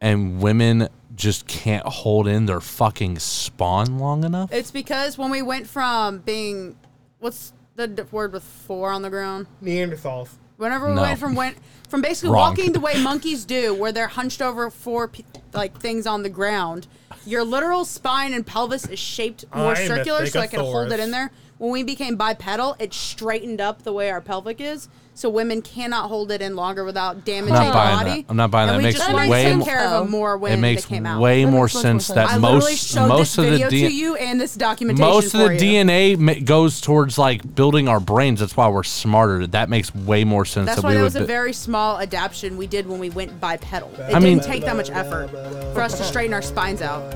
and women just can't hold in their fucking spawn long enough? It's because when we went from being, what's the d- word with four on the ground? Neanderthals. Whenever we No. went from went from basically Wrong. walking the way monkeys do, where they're hunched over four pe- like things on the ground, your literal spine and pelvis is shaped more I'm a circular, so I can hold it stegosaurus. in there. When we became bipedal, it straightened up the way our pelvic is, so women cannot hold it in longer without damaging not buying the body. that. I'm not buying and that. We It just makes wanted to way take mo- care of them more when it makes they came out. way That more makes much more sense sense. that I literally most showed most this of the video D- to you and this documentation most of the for you. DNA ma- goes towards like building our brains. That's why we're smarter. That makes way more sense. That's that why we that would was a be- very small adaptation we did when we went bipedal. It I didn't mean- take that much effort for us to straighten our spines out.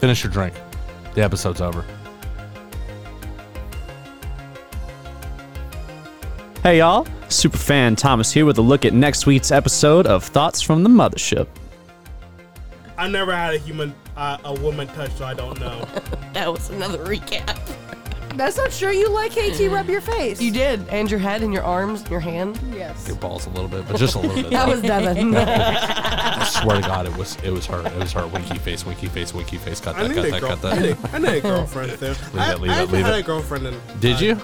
finish your drink. The episode's over. Hey y'all, Superfan Thomas here with a look at next week's episode of Thoughts from the Mothership. I never had a human, uh, a woman touch, so I don't know. That was another recap. That's not true. You like KT rub your face. You did, and your head, and your arms, and your hand. Yes. Your balls a little bit, but just a little bit. That was Devin. I swear to God, it was it was her. It was her. Winky face, winky face, winky face. Cut I that, need cut a that, girl. cut I that. need, I need a girlfriend too. it, I, leave it, I leave had it. a girlfriend. In, Did you?